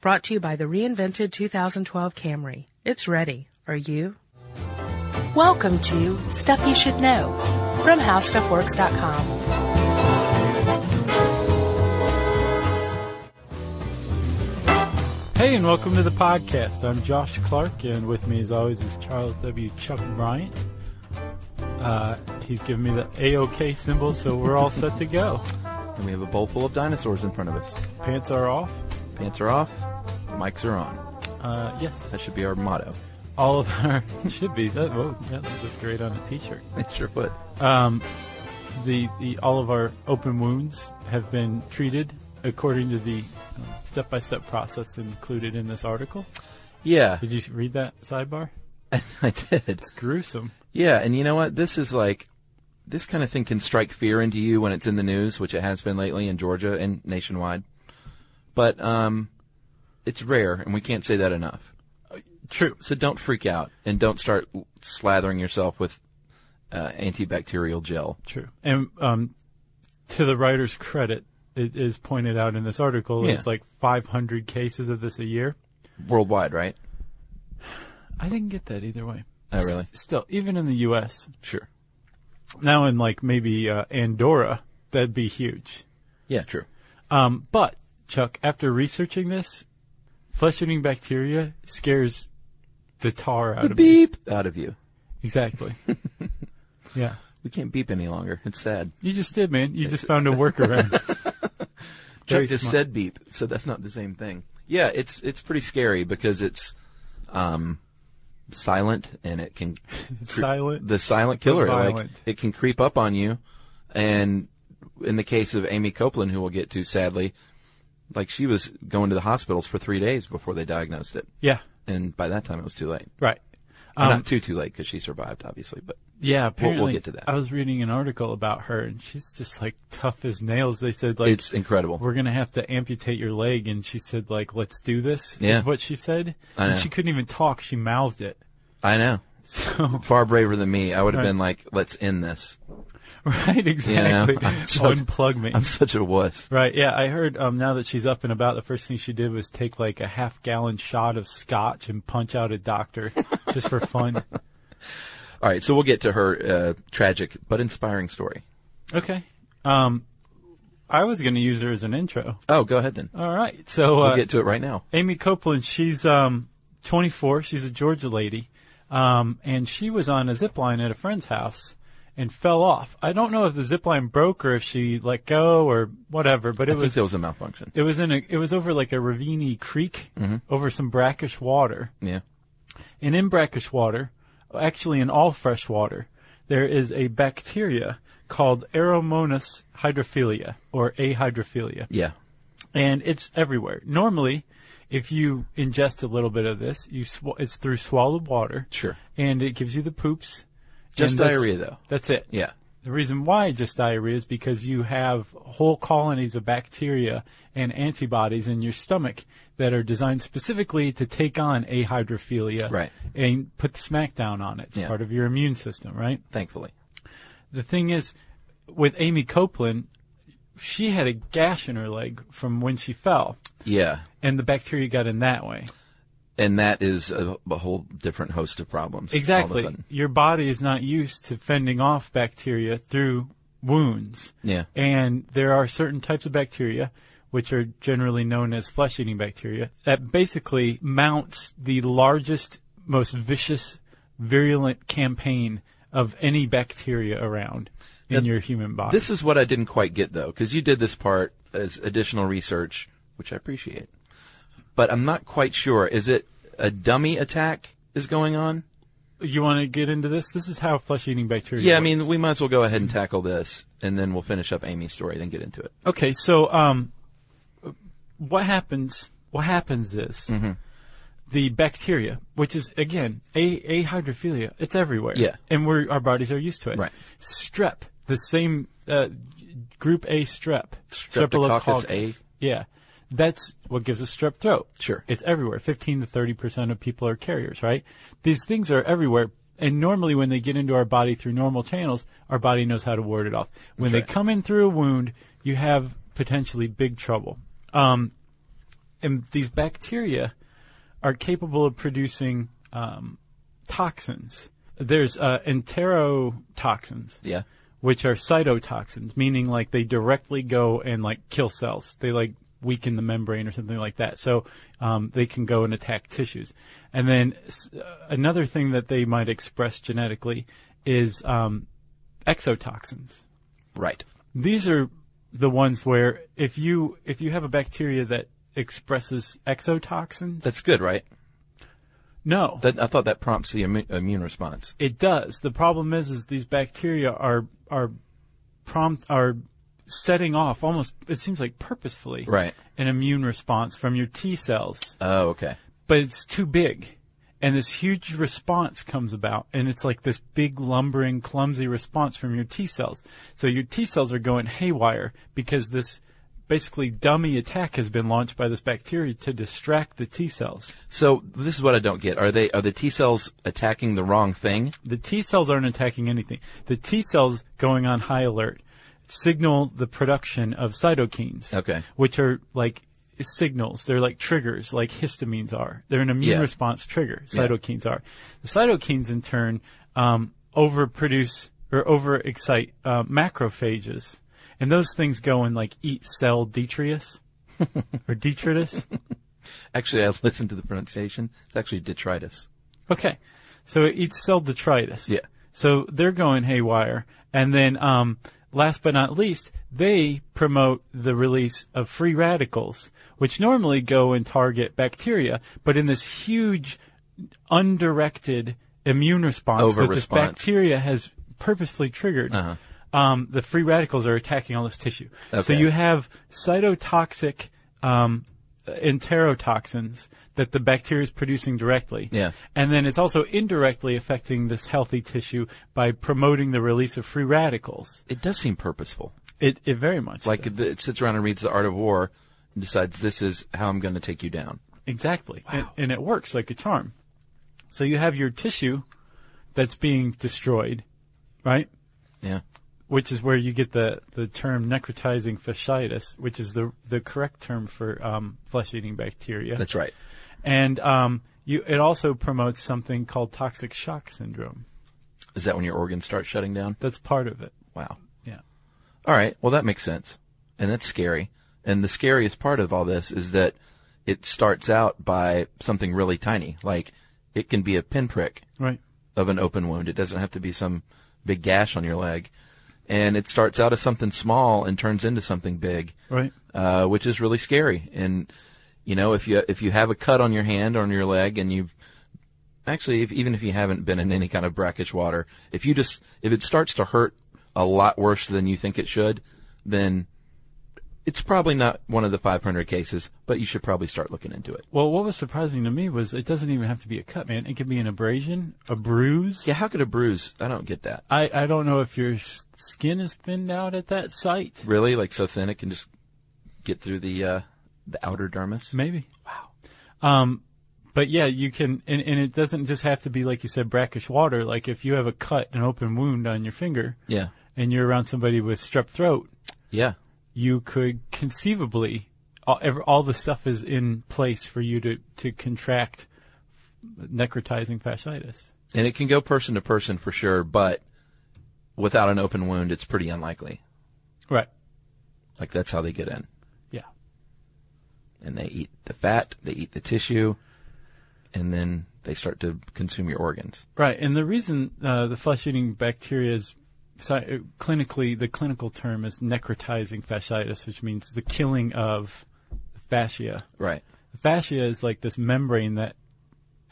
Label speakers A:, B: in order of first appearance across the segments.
A: Brought to you by the reinvented 2012 Camry. It's ready. Are you? Welcome to Stuff You Should Know from HowStuffWorks.com.
B: Hey, and welcome to the podcast. I'm Josh Clark, and with me, as always, is Charles W. Chuck Bryant. Uh, he's giving me the AOK symbol, so we're all set to go.
C: And we have a bowl full of dinosaurs in front of us.
B: Pants are off.
C: Pants are off, mics are on.
B: Uh, yes,
C: That should be our motto.
B: all of our should be. That, whoa, that would look great on a T-shirt.
C: It sure would.
B: The, the all of our open wounds have been treated according to the uh, step-by-step process included in this article.
C: Yeah,
B: Did you read that sidebar?
C: I did.
B: Gruesome.
C: Yeah, and you know what? This is like, this kind of thing can strike fear into you when it's in the news, which it has been lately in Georgia and nationwide. But, um, it's rare, and we can't say that enough.
B: True.
C: So don't freak out, and don't start slathering yourself with uh, antibacterial gel.
B: True. And um, to the writer's credit, it is pointed out in this article there's
C: Yeah.
B: like 500 cases of this a year.
C: Worldwide, right?
B: I didn't get that either way.
C: Oh, really?
B: S- Still, even in the U.S.
C: Sure.
B: Now in like maybe uh, Andorra, that'd be huge.
C: Yeah, true.
B: Um, but Chuck, after researching this, flesh-eating bacteria scares the tar out of me.
C: Beep! Out of you.
B: Exactly. yeah.
C: We can't beep any longer. It's sad.
B: You just did, man. You just found a workaround. Very
C: Chuck just
B: smart.
C: said beep, so that's not the same thing. Yeah, it's it's pretty scary because it's um, silent and it can cre-
B: silent.
C: the silent killer.
B: but
C: Like
B: violent.
C: it can creep up on you, and in the case of Amy Copeland, who we'll get to sadly, like she was going to the hospitals for three days before they diagnosed it,
B: Yeah.
C: and by that time it was too late.
B: Right. Um,
C: Well, not too too late because she survived, obviously, but
B: Yeah,
C: We'll- we'll
B: apparently.
C: get to that.
B: I was reading an article about her, and she's just like tough as nails. They said like
C: it's incredible.
B: we're gonna have to amputate your leg, and she said like let's do this.
C: Yeah.
B: is what she said.
C: I
B: and
C: know.
B: she couldn't even talk. She mouthed it.
C: I know.
B: So
C: Far braver than me. I would have
B: Right.
C: been like, let's end this.
B: right,
C: Yeah,
B: exactly.
C: I'm just-
B: Unplug me.
C: I'm such a wuss.
B: Right, yeah, I heard um, now that she's up and about, the first thing she did was take like a half gallon shot of scotch and punch out a doctor just for fun.
C: All right, so we'll get to her uh, tragic but inspiring story.
B: Okay. Um, I was going to use her as an intro.
C: Oh, go ahead then.
B: All right. So, uh,
C: We'll get to it right now.
B: Amy Copeland, she's um, 24. She's a Georgia lady. Um, and she was on a zip line at a friend's house and fell off. I don't know if the zip line broke or if she let go or whatever, but it
C: I think
B: was
C: there was a malfunction.
B: it was in a it was over like a ravine creek
C: Mm-hmm.
B: over some brackish water.
C: Yeah.
B: And in brackish water, actually in all fresh water, there is a bacteria called Aeromonas hydrophilia or ahydrophilia
C: Yeah.
B: and it's everywhere. Normally, if you ingest a little bit of this, you sw- it's through swallowed water.
C: Sure.
B: And it gives you the poops.
C: Just
B: And that's-
C: diarrhea, though.
B: That's it.
C: Yeah.
B: The reason why just diarrhea is because you have whole colonies of bacteria and antibodies in your stomach that are designed specifically to take on ahydrophilia
C: Right.
B: and put the smackdown on it. It's
C: Yeah.
B: part of your immune system, right?
C: Thankfully.
B: the thing is, with Amy Copeland, she had a gash in her leg from when she fell,
C: Yeah.
B: and the bacteria got in that way.
C: And that is a, a whole different host of problems. all of a
B: Exactly.
C: sudden.
B: Your body is not used to fending off bacteria through wounds.
C: Yeah.
B: And there are certain types of bacteria, which are generally known as flesh eating bacteria, that basically mounts the largest, most vicious, virulent campaign of any bacteria around in your human body.
C: This is what I didn't quite get though, because you did this part as additional research, which I appreciate. But I'm not quite sure. Is it a dummy attack is going on?
B: You want to get into this? This is how flesh-eating bacteria.
C: Yeah, I
B: works.
C: mean, we might as well go ahead and tackle this, and then we'll finish up Amy's story, then get into it.
B: okay. So, um, what happens? What happens is
C: Mm-hmm.
B: the bacteria, which is again a ahydrophilia, it's everywhere.
C: Yeah.
B: and we're our bodies are used to it.
C: Right.
B: Strep, the same uh, group A strep,
C: Streptococcus A.
B: Yeah, that's what gives us strep throat.
C: Sure.
B: It's everywhere. 15 to 30% of people are carriers, right? These things are everywhere. And normally when they get into our body through normal channels, our body knows how to ward it off. When they
C: right.
B: come in through a wound, you have potentially big trouble. Um, and these bacteria are capable of producing um, toxins. There's uh, enterotoxins,
C: Yeah.
B: which are cytotoxins, meaning like they directly go and like kill cells. They like weaken the membrane or something like that. So um, they can go and attack tissues. And then s- uh, another thing that they might express genetically is um, exotoxins.
C: Right.
B: These are the ones where if you if you have a bacteria that expresses exotoxins,
C: That's good, right?
B: no,
C: That, I thought that prompts the immu- immune response.
B: It does. The problem is, is these bacteria are are prompt are setting off almost. It seems like purposefully
C: Right.
B: an immune response from your T cells,
C: Oh, okay.
B: but it's too big, and this huge response comes about, and it's like this big lumbering, clumsy response from your T cells. So your T cells are going haywire because this. Basically, dummy attack has been launched by this bacteria to distract the T cells.
C: So this is what I don't get. Are they are the T cells attacking the wrong thing?
B: The T cells aren't attacking anything. The T cells going on high alert signal the production of cytokines.
C: Okay.
B: Which are like signals. They're like triggers, like histamines are. They're an immune
C: Yeah.
B: response trigger.
C: Yeah.
B: Cytokines are. The cytokines in turn, um, overproduce or overexcite, uh, macrophages. And those things go and like eat cell detritus or detritus.
C: Actually, I listened to the pronunciation. It's actually detritus.
B: Okay. So it eats cell detritus.
C: Yeah.
B: So they're going haywire. And then, um, last but not least, they promote the release of free radicals, which normally go and target bacteria, but in this huge, undirected immune response that this
C: Over-response.
B: bacteria has purposefully triggered,
C: Uh-huh.
B: um, the free radicals are attacking all this tissue. So
C: Okay.
B: you have cytotoxic, um, enterotoxins that the bacteria is producing directly.
C: Yeah.
B: And then it's also indirectly affecting this healthy tissue by promoting the release of free radicals.
C: It does seem purposeful.
B: It, it very much
C: Like
B: does.
C: it, it sits around and reads The Art of War and decides this is how I'm going to take you down.
B: exactly, and, and it works like a charm. So you have your tissue that's being destroyed, right?
C: Yeah.
B: Which is where you get the, the term necrotizing fasciitis, which is the the correct term for um, flesh eating bacteria.
C: That's right.
B: and um, you it also promotes something called toxic shock syndrome.
C: Is that when your organs start shutting down?
B: That's part of it.
C: Wow.
B: Yeah.
C: All right. Well, that makes sense. And that's scary. And the scariest part of all this is that it starts out by something really tiny. Like it can be a pinprick
B: Right.
C: of an open wound. It doesn't have to be some big gash on your leg. And it starts out as something small and turns into something big,
B: Right.
C: uh, which is really scary. And, you know, if you, if you have a cut on your hand or on your leg and you've, actually, if, even if you haven't been in any kind of brackish water, if you just, if it starts to hurt a lot worse than you think it should, then it's probably not one of the 500 cases, but you should probably start looking into it.
B: Well, what was surprising to me was it doesn't even have to be a cut, man. It can be an abrasion, a bruise.
C: Yeah, how could a bruise? I don't get that.
B: I, I don't know if your s- skin is thinned out at that site.
C: Really? Like so thin it can just get through the uh, the outer dermis?
B: Maybe. Wow. Um, but yeah, you can, and, and it doesn't just have to be, like you said, brackish water. Like if you have a cut, an open wound on your finger,
C: Yeah.
B: and you're around somebody with strep throat,
C: Yeah.
B: you could conceivably, all, ev all the stuff is in place for you to, to contract necrotizing fasciitis.
C: And it can go person to person for sure, but without an open wound, it's pretty unlikely.
B: Right.
C: Like that's how they get in.
B: Yeah.
C: And they eat the fat, they eat the tissue, and then they start to consume your organs.
B: Right, and the reason uh, the flesh-eating bacteria is sci- uh, clinically the clinical term is necrotizing fasciitis, which means the killing of fascia.
C: Right.
B: Fascia is like this membrane that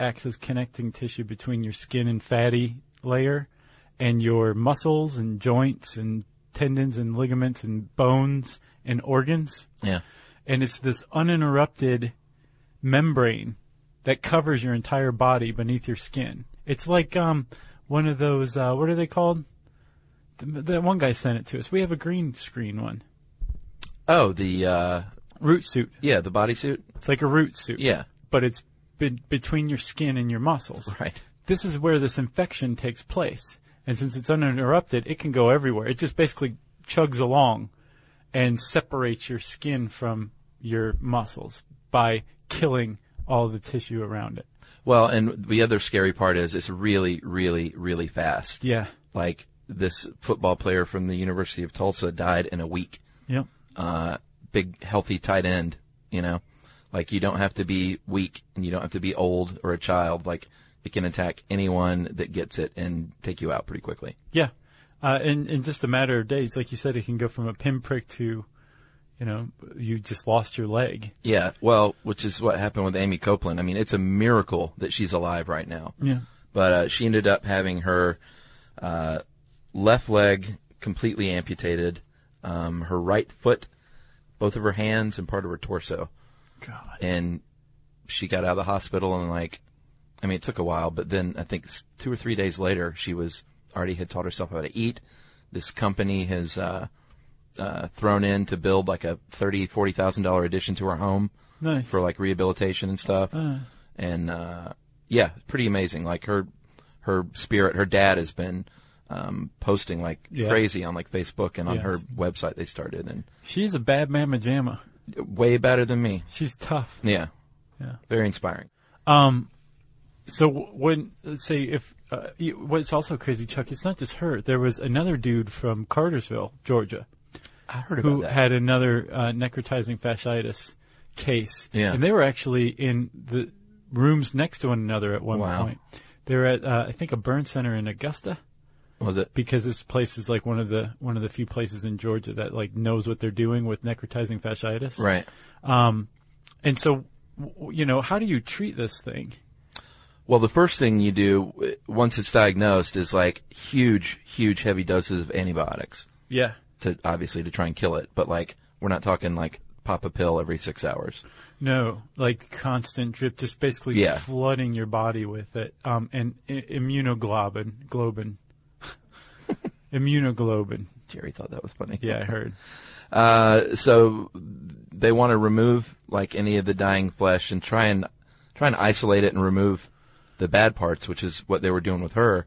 B: acts as connecting tissue between your skin and fatty layer, and your muscles and joints and tendons and ligaments and bones and organs
C: Yeah.
B: and it's this uninterrupted membrane that covers your entire body beneath your skin. It's like um one of those uh, what are they called? The, the one guy sent it to us. We have a green screen one.
C: Oh, the uh
B: Root suit.
C: yeah, the bodysuit?
B: It's like a root suit.
C: Yeah.
B: But it's be- between your skin and your muscles.
C: Right.
B: This is where this infection takes place. And since it's uninterrupted, it can go everywhere. It just basically chugs along and separates your skin from your muscles by killing all the tissue around it.
C: Well, and the other scary part is it's really, really, really fast.
B: Yeah.
C: Like this football player from the University of Tulsa died in a week.
B: Yep.
C: Uh, big, healthy tight end, you know? Like you don't have to be weak and you don't have to be old or a child. Like it can attack anyone that gets it and take you out pretty quickly.
B: Yeah. Uh, in, in just a matter of days, like you said, it can go from a pinprick to, you know, you just lost your leg.
C: Yeah. Well, which is what happened with Amy Copeland. I mean, it's a miracle that she's alive right now.
B: Yeah.
C: But uh, she ended up having her uh, left leg completely amputated, um, her right foot, both of her hands, and part of her torso.
B: God.
C: And she got out of the hospital and like, I mean, it took a while, but then I think s- two or three days later, she was already had taught herself how to eat. This company has uh, uh, thrown in to build like a thirty, forty thousand dollar addition to her home
B: Nice.
C: for like rehabilitation and stuff.
B: Uh-huh.
C: And uh, yeah, pretty amazing. Like her, her spirit. Her dad has been um, posting like
B: Yeah.
C: crazy on like Facebook and on
B: Yes.
C: her website. They started and
B: She's a bad mamma jamma.
C: way better than me.
B: She's tough.
C: Yeah,
B: Yeah.
C: very inspiring.
B: Um, so w- when let's say if uh, you- what's also crazy, Chuck, it's not just her. There was another dude from Cartersville, Georgia,
C: I heard about
B: who
C: that.
B: had another uh, necrotizing fasciitis case,
C: Yeah.
B: and they were actually in the rooms next to one another at one
C: Wow.
B: point. They were at uh, I think a burn center in Augusta
C: was it?
B: because this place is like one of the one of the few places in Georgia that like knows what they're doing with necrotizing fasciitis.
C: Right.
B: And so, w- w- you know, how do you treat this thing?
C: Well, the first thing you do uh, once it's diagnosed is like huge, huge, heavy doses of antibiotics
B: Yeah.
C: to obviously to try and kill it. But like, we're not talking like pop a pill every six hours.
B: No, like constant drip, just basically
C: Yeah.
B: flooding your body with it. Um, and I- immunoglobin, globin, immunoglobin.
C: Jerry thought that was funny.
B: Yeah, I heard.
C: Uh, so they want to remove like any of the dying flesh and try and try and isolate it and remove the bad parts, which is what they were doing with her.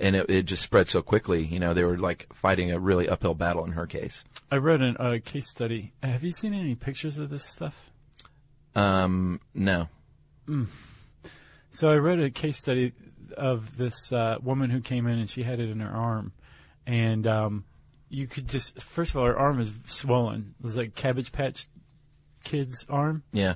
C: And it, it just spread so quickly. You know, they were like fighting a really uphill battle in her case.
B: I read an- a case study. Have you seen any pictures of this stuff?
C: Um, no.
B: So I read a case study of this uh, woman who came in and she had it in her arm, and um, you could just first of all her arm was swollen. It was like Cabbage Patch Kid's arm,
C: Yeah.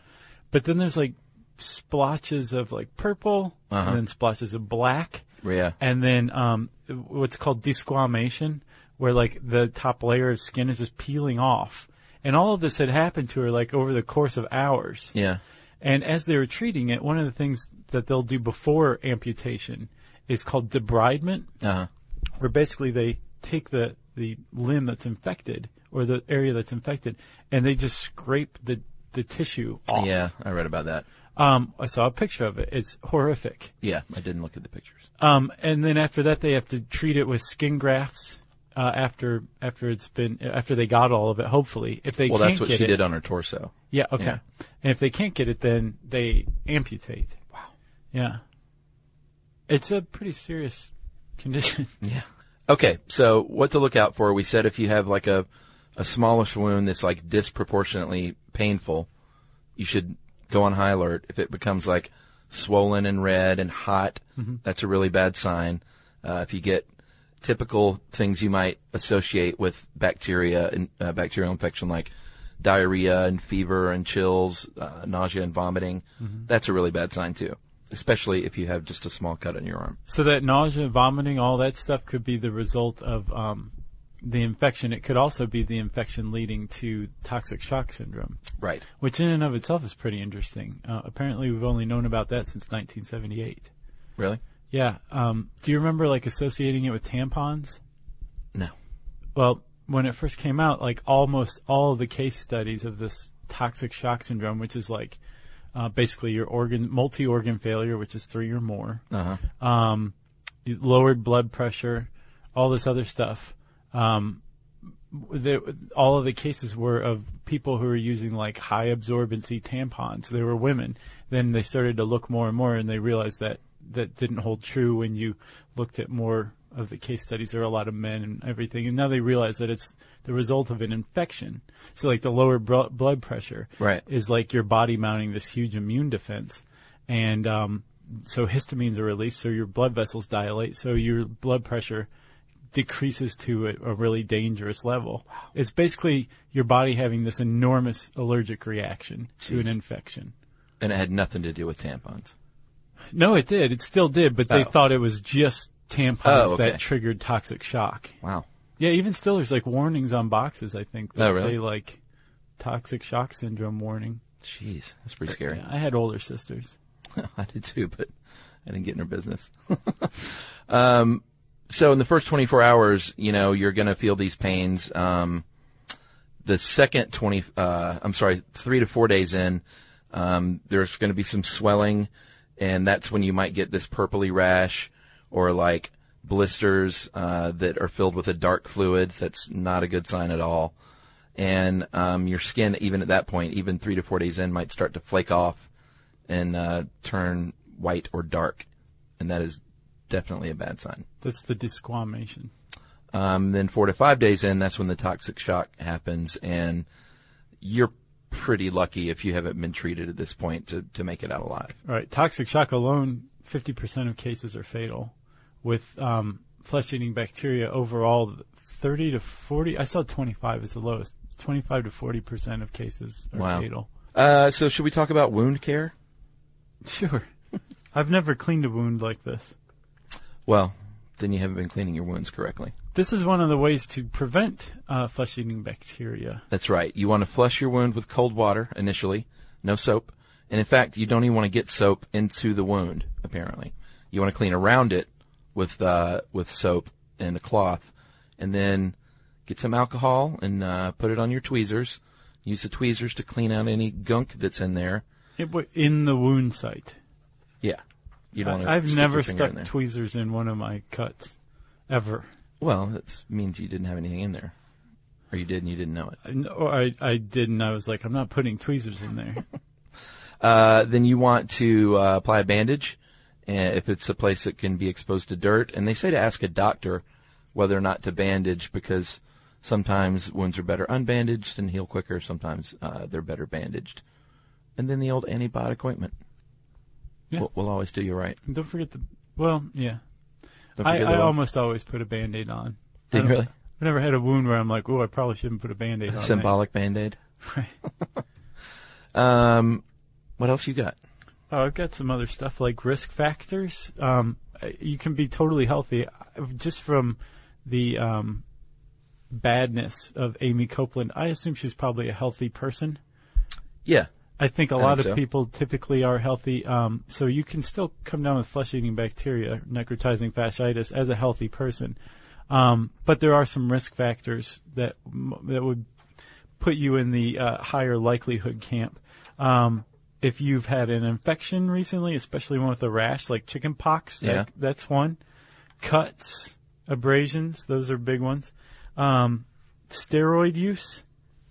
B: but then there's like splotches of like purple,
C: Uh-huh.
B: and then splotches of black,
C: Yeah.
B: and then um, what's called desquamation, where like the top layer of skin is just peeling off. And all of this had happened to her like over the course of hours.
C: Yeah.
B: And as they were treating it, one of the things that they'll do before amputation is called debridement,
C: Uh-huh.
B: where basically they take the, the limb that's infected or the area that's infected and they just scrape the, the tissue off.
C: Yeah, I read about that.
B: Um, I saw a picture of it. It's horrific.
C: Yeah, I didn't look at the pictures.
B: Um, and then after that, they have to treat it with skin grafts. Uh, after after it's been after they got all of it, hopefully, if they
C: Well,
B: can't
C: that's what
B: get
C: she
B: it,
C: did on her torso.
B: yeah, okay.
C: Yeah.
B: And if they can't get it, then they amputate. Wow. Yeah. It's a pretty serious condition.
C: Yeah. Okay, so what to look out for? We said if you have like a a smallish wound that's like disproportionately painful, you should go on high alert. If it becomes like swollen and red and hot, that's a really bad sign. Uh, if you get typical things you might associate with bacteria and uh, bacterial infection, like diarrhea and fever and chills, uh, nausea and vomiting, that's a really bad sign too. Especially if you have just a small cut on your arm.
B: so that nausea, vomiting, all that stuff could be the result of um, the infection. It could also be the infection leading to toxic shock syndrome,
C: Right.
B: which in and of itself is pretty interesting. Uh, apparently, we've only known about that since 1978.
C: Really?
B: Yeah. Um, do you remember like associating it with tampons?
C: No.
B: Well, when it first came out, like almost all of the case studies of this toxic shock syndrome, which is like uh, basically your organ multi-organ failure, which is three or more,
C: Uh-huh.
B: um, you- lowered blood pressure, all this other stuff. Um, they, all of the cases were of people who were using like high absorbency tampons. They were women. Then they started to look more and more, and they realized that that didn't hold true when you looked at more of the case studies are a lot of men and everything, and now they realize that it's the result of an infection. So like the lower bro- blood pressure
C: Right.
B: is like your body mounting this huge immune defense, and um, so histamines are released, so your blood vessels dilate, so your blood pressure decreases to a, a really dangerous level. It's basically your body having this enormous allergic reaction to an infection.
C: And it had nothing to do with tampons.
B: No, it did. It still did, but they
C: Oh.
B: thought it was just tampons
C: Oh, okay.
B: that triggered toxic shock.
C: Wow.
B: Yeah, even still, there's like warnings on boxes. I think that
C: Oh, really?
B: say like toxic shock syndrome warning.
C: Jeez, that's pretty scary.
B: Yeah, I had older sisters.
C: I did too, but I didn't get in her business. um, so in the first 24 hours, you know, you're going to feel these pains. Um, the second 20, uh, I'm sorry, three to four days in, um, there's going to be some swelling and that's when you might get this purpley rash or like blisters, uh, that are filled with a dark fluid. That's not a good sign at all. And, um, your skin, even at that point, even three to four days in might start to flake off and uh, turn white or dark, and that is definitely a bad sign.
B: That's the desquamation.
C: Um, then four to five days in, that's when the toxic shock happens, and you're pretty lucky if you haven't been treated at this point to, to make it out alive.
B: All right, toxic shock alone, 50% of cases are fatal. With um, flesh-eating bacteria overall, 30 to 40. I saw 25 is the lowest. 25 to 40% of cases are
C: Wow.
B: fatal.
C: Uh, so should we talk about wound care?
B: Sure. I've never cleaned a wound like this.
C: Well, then you haven't been cleaning your wounds correctly.
B: This is one of the ways to prevent uh, flesh-eating bacteria.
C: That's right. You want to flush your wound with cold water initially, no soap. And in fact, you don't even want to get soap into the wound, apparently. You want to clean around it with, uh, with soap and a cloth. And then get some alcohol and, uh, put it on your tweezers. Use the tweezers to clean out any gunk that's in there.
B: It w- in the wound site.
C: Yeah. You don't want to
B: I, have
C: stick
B: never
C: your finger in
B: stuck
C: there.
B: tweezers in one of my cuts, ever.
C: well, that means you didn't have anything in there. Or you did and you didn't know it.
B: I, or I, I didn't. I was like, I'm not putting tweezers in there.
C: Uh, then you want to uh, apply a bandage uh, if it's a place that can be exposed to dirt. And they say to ask a doctor whether or not to bandage because sometimes wounds are better unbandaged and heal quicker. Sometimes uh, they're better bandaged. And then the old antibiotic ointment
B: Yeah.
C: will, will always do you right.
B: And Don't forget the. Well, yeah.
C: Don't
B: I,
C: forget
B: I
C: the-
B: almost always put a band aid on.
C: Did
B: I
C: you
B: don't-
C: really?
B: I've never had a wound where I'm like, oh, I probably shouldn't put a band aid on. that."
C: symbolic band aid.
B: Right.
C: Um, what else you got?
B: Oh, I've got some other stuff like risk factors. Um, you can be totally healthy uh, just from the um, badness of Amy Copeland. I assume she's probably a healthy person.
C: Yeah.
B: I think a
C: I
B: lot
C: think
B: of
C: so.
B: people typically are healthy, um, so you can still come down with flesh-eating bacteria, necrotizing fasciitis, as a healthy person. Um, but there are some risk factors that m- that would put you in the uh, higher likelihood camp. Um, if you've had an infection recently, especially one with a rash, like chicken pox, that-
C: Yeah.
B: that's one. Cuts, abrasions, those are big ones. Um, steroid use,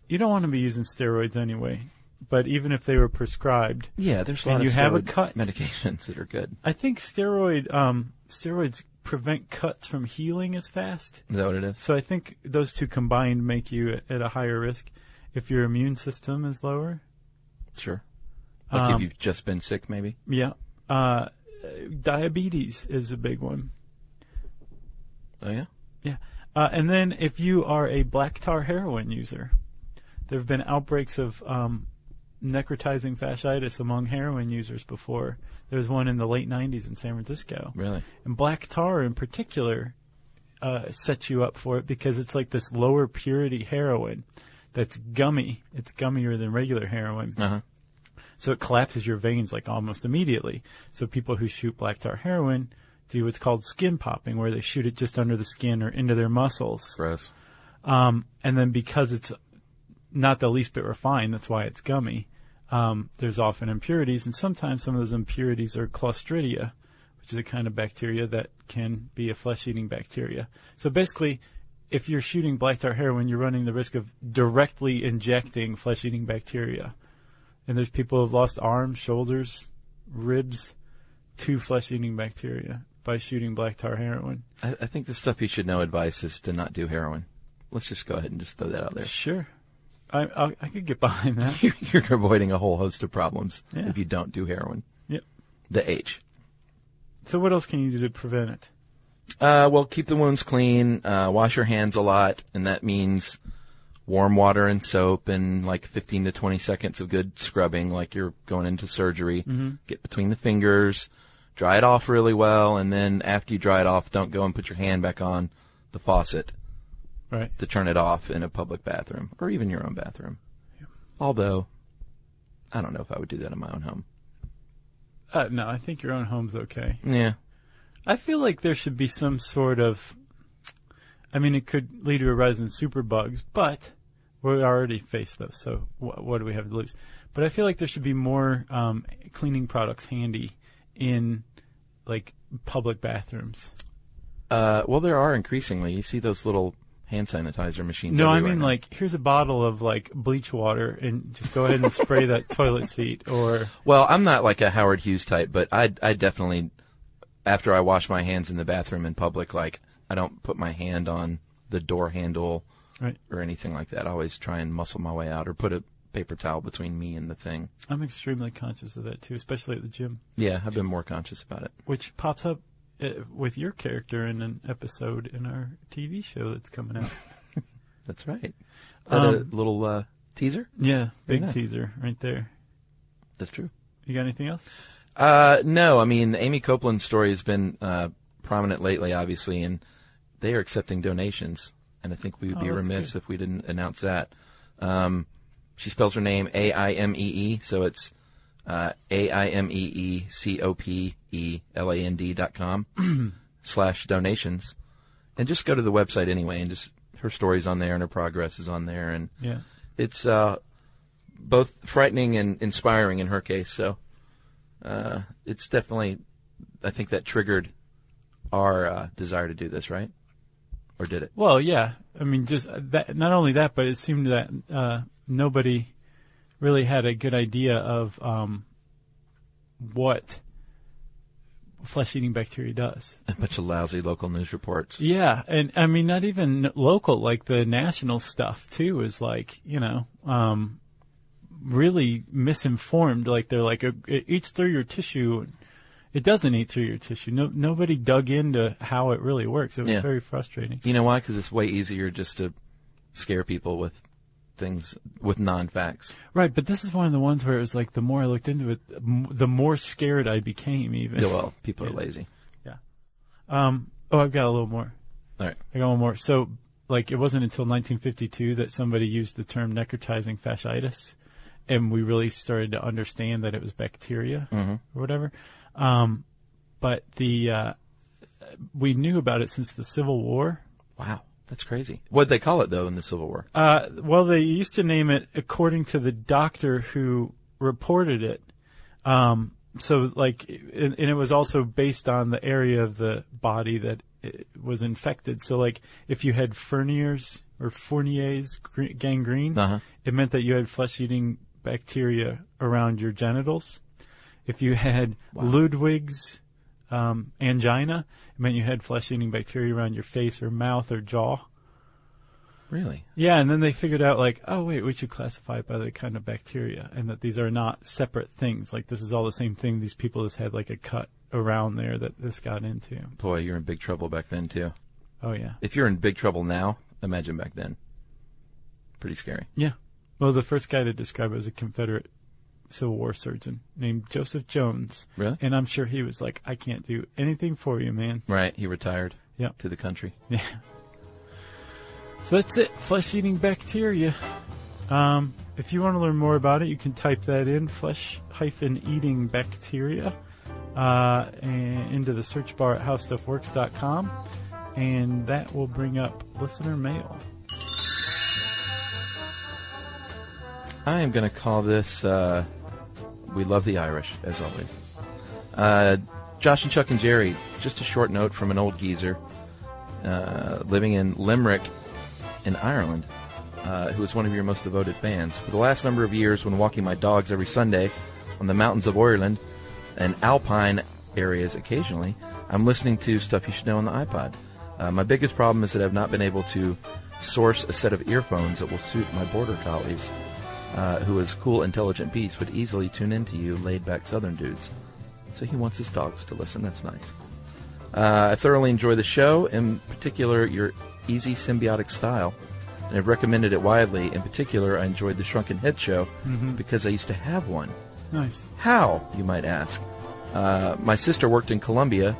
B: you don't want to be using steroids anyway. But even if they were prescribed,
C: Yeah, there's a
B: And
C: lot
B: you
C: of
B: have a
C: steroid
B: cut.
C: medications that are good.
B: I think steroid um, steroids prevent cuts from healing as fast.
C: Is that what it is?
B: So I think those two combined make you at- at a higher risk if your immune system is lower.
C: Sure. Like
B: Um,
C: if you've just been sick, maybe.
B: Yeah. Uh, diabetes is a big one.
C: Oh yeah.
B: Yeah. Uh, and then if you are a black tar heroin user, there have been outbreaks of um, necrotizing fasciitis among heroin users before. There was one in the late 90s in San Francisco.
C: Really.
B: And black tar in particular uh, sets you up for it because it's like this lower purity heroin that's gummy. It's gummier than regular heroin.
C: Uh huh.
B: So it collapses your veins like almost immediately. So people who shoot black tar heroin do what's called skin popping, where they shoot it just under the skin or into their muscles.
C: Gross.
B: And then because it's not the least bit refined, that's why it's gummy. Um, there's often impurities, and sometimes some of those impurities are Clostridia, which is a kind of bacteria that can be a flesh-eating bacteria. So basically, if you're shooting black tar heroin, you're running the risk of directly injecting flesh-eating bacteria. And there's people who've lost arms, shoulders, ribs to flesh-eating bacteria. by shooting black tar heroin.
C: I, I think the stuff you should know advice is to not do heroin. Let's just go ahead and just throw that out there.
B: Sure. I, I, I could get behind that.
C: You're, you're avoiding a whole host of problems
B: Yeah.
C: if you don't do heroin.
B: yep.
C: The H.
B: So what else can you do to prevent it?
C: Uh, well, keep the wounds clean. Uh, wash your hands a lot, and that means warm water and soap, and like 15 to 20 seconds of good scrubbing, like you're going into surgery.
B: Mm-hmm.
C: Get between the fingers, dry it off really well, and then after you dry it off, don't go and put your hand back on the faucet
B: Right.
C: to turn it off in a public bathroom or even your own bathroom. Although, I don't know if I would do that in my own home.
B: Uh, no, I think your own home's okay.
C: Yeah.
B: I feel like there should be some sort of. I mean, it could lead to a rise in superbugs, but we already face those, so wh- what do we have to lose? But I feel like there should be more um, cleaning products handy in like public bathrooms.
C: Uh, well, there are increasingly. You see those little hand sanitizer machines.
B: No, I
C: everywhere
B: mean
C: now.
B: like here's a bottle of like bleach water and just go ahead and spray that toilet seat or
C: Well, I'm not like a Howard Hughes type, but I I definitely after I wash my hands in the bathroom in public, like I don't put my hand on the door handle
B: right.
C: or anything like that. I always try and muscle my way out or put a paper towel between me and the thing.
B: I'm extremely conscious of that too, especially at the gym,
C: Yeah, I've been more conscious about it.
B: which pops up uh, with your character in an episode in our TV show that's coming out.
C: That's right. Is that
B: Um,
C: a little uh, teaser?
B: Yeah,
C: Very
B: big
C: nice.
B: teaser right there.
C: That's true.
B: You got anything else?
C: Uh, no, I mean, Amy Copeland's story has been uh, prominent lately, obviously, and they are accepting donations. And I think we would
B: Oh,
C: be
B: that's
C: remiss
B: good.
C: if we didn't announce that. Um, she spells her name A I M E E, so it's uh, A I M E E C O P E L A N D dot com slash donations. And just go to the website anyway, and just her story's on there and her progress is on there. And
B: Yeah.
C: it's uh, both frightening and inspiring in her case. So uh, it's definitely, I think that triggered our uh, desire to do this, right? Or did it?
B: Well, yeah. I mean, just uh, that. Not only that, but it seemed that uh, nobody really had a good idea of um, what flesh-eating bacteria does.
C: A bunch of lousy local news reports.
B: Yeah, and I mean, not even local, like the national stuff too is like, you know, um, really misinformed. Like they're like, it it eats through your tissue. It doesn't eat through your tissue. No, nobody dug into how it really works. It was
C: Yeah.
B: very frustrating.
C: You know why? Because it's way easier just to scare people with things with non-facts.
B: Right, but this is one of the ones where it was like, the more I looked into it, the m- the more scared I became even.
C: Yeah, well, people are
B: Yeah.
C: lazy.
B: Um, oh, I've got a little more.
C: All right.
B: I got one more. So, like, it wasn't until 1952 that somebody used the term necrotizing fasciitis, and we really started to understand that it was bacteria or whatever. Um, but the uh, we knew about it since the Civil War.
C: Wow, that's crazy. What'd they call it though in the Civil War?
B: Uh, well, they used to name it according to the doctor who reported it. Um, so, like, and, and it was also based on the area of the body that it was infected. So, like, if you had Fournier's or Fournier's gr- gangrene,
C: Uh-huh.
B: it meant that you had flesh-eating bacteria around your genitals. If you had Ludwig's um, angina, it meant you had flesh-eating bacteria around your face or mouth or jaw.
C: Really?
B: Yeah, and then they figured out like, oh wait, we should classify it by the kind of bacteria, and that these are not separate things. Like this is all the same thing. These people just had like a cut around there that this got into.
C: Boy, you're in big trouble back then too.
B: Oh yeah,
C: If you're in big trouble now, imagine back then. Pretty scary.
B: yeah. Well, the first guy to describe it was a Confederate Civil War surgeon named Joseph Jones.
C: Really?
B: And I'm sure he was like, I can't do anything for you, man.
C: Right, he retired
B: Yeah.
C: to the country.
B: Yeah. So that's it. Flesh-eating bacteria. Um, if you want to learn more about it, you can type that in flesh-eating bacteria uh, and into the search bar at howstuffworks.com, and that will bring up listener mail.
C: I am going to call this. Uh, we love the Irish, as always. Uh, Josh and Chuck and Jerry. Just a short note from an old geezer uh, living in Limerick, in Ireland, uh, who is one of your most devoted fans. For the last number of years, when walking my dogs every Sunday on the mountains of Ireland and alpine areas occasionally, I'm listening to stuff you should know on the iPod. Uh, my biggest problem is that I've not been able to source a set of earphones that will suit my border collies, uh, who as cool, intelligent beasts would easily tune into you laid-back Southern dudes. So he wants his dogs to listen. That's nice. Uh, I thoroughly enjoy the show, in particular your easy symbiotic style, and I've recommended it widely. In particular, I enjoyed the Shrunken Head show because I used to have one.
B: Nice.
C: How, you might ask? Uh, my sister worked in Colombia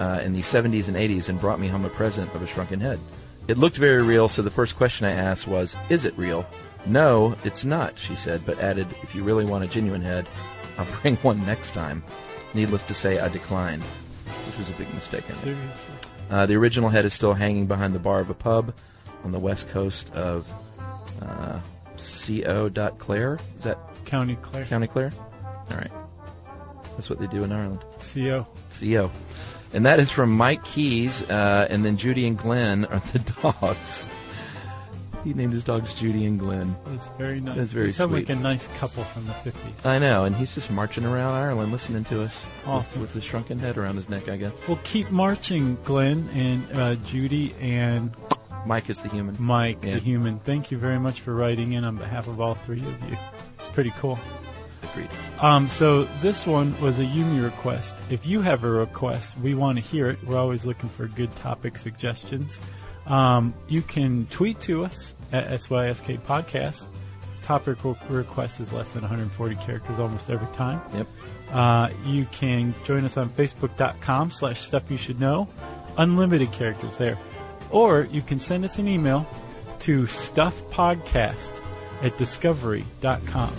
C: uh, in the 70s and 80s and brought me home a present of a shrunken head. It looked very real, so the first question I asked was, Is it real? No, it's not, she said, but added, If you really want a genuine head, I'll bring one next time. Needless to say, I declined, which was a big mistake. I made.
B: Seriously.
C: Uh, the original head is still hanging behind the bar of a pub on the west coast of uh, CO. Clare. Is that
B: County Clare.
C: County Clare? All right. That's what they do in Ireland.
B: CO.
C: CO. And that is from Mike Keys, uh, and then Judy and Glenn are the dogs. He named his dogs Judy and Glenn.
B: That's very nice.
C: That's very
B: they sound like
C: sweet.
B: a nice couple from the 50s.
C: I know, and he's just marching around Ireland listening to us with-
B: Awesome.
C: with, his shrunken head around his neck, I guess.
B: Well, keep marching, Glenn and uh, Judy and
C: Mike is the human.
B: Mike
C: Yeah.
B: the human. Thank you very much for writing in on behalf of all three of you. It's pretty cool.
C: Agreed.
B: Um, so this one was a Yumi request. If you have a request, we want to hear it. We're always looking for good topic suggestions. Um, you can tweet to us at SYSK Podcast. Topic re- request is less than 140 characters almost every time.
C: Yep.
B: Uh, you can join us on facebook.com slash stuff you should know. Unlimited characters there. Or you can send us an email to stuffpodcast at discovery.com.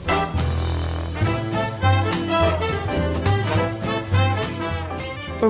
A: For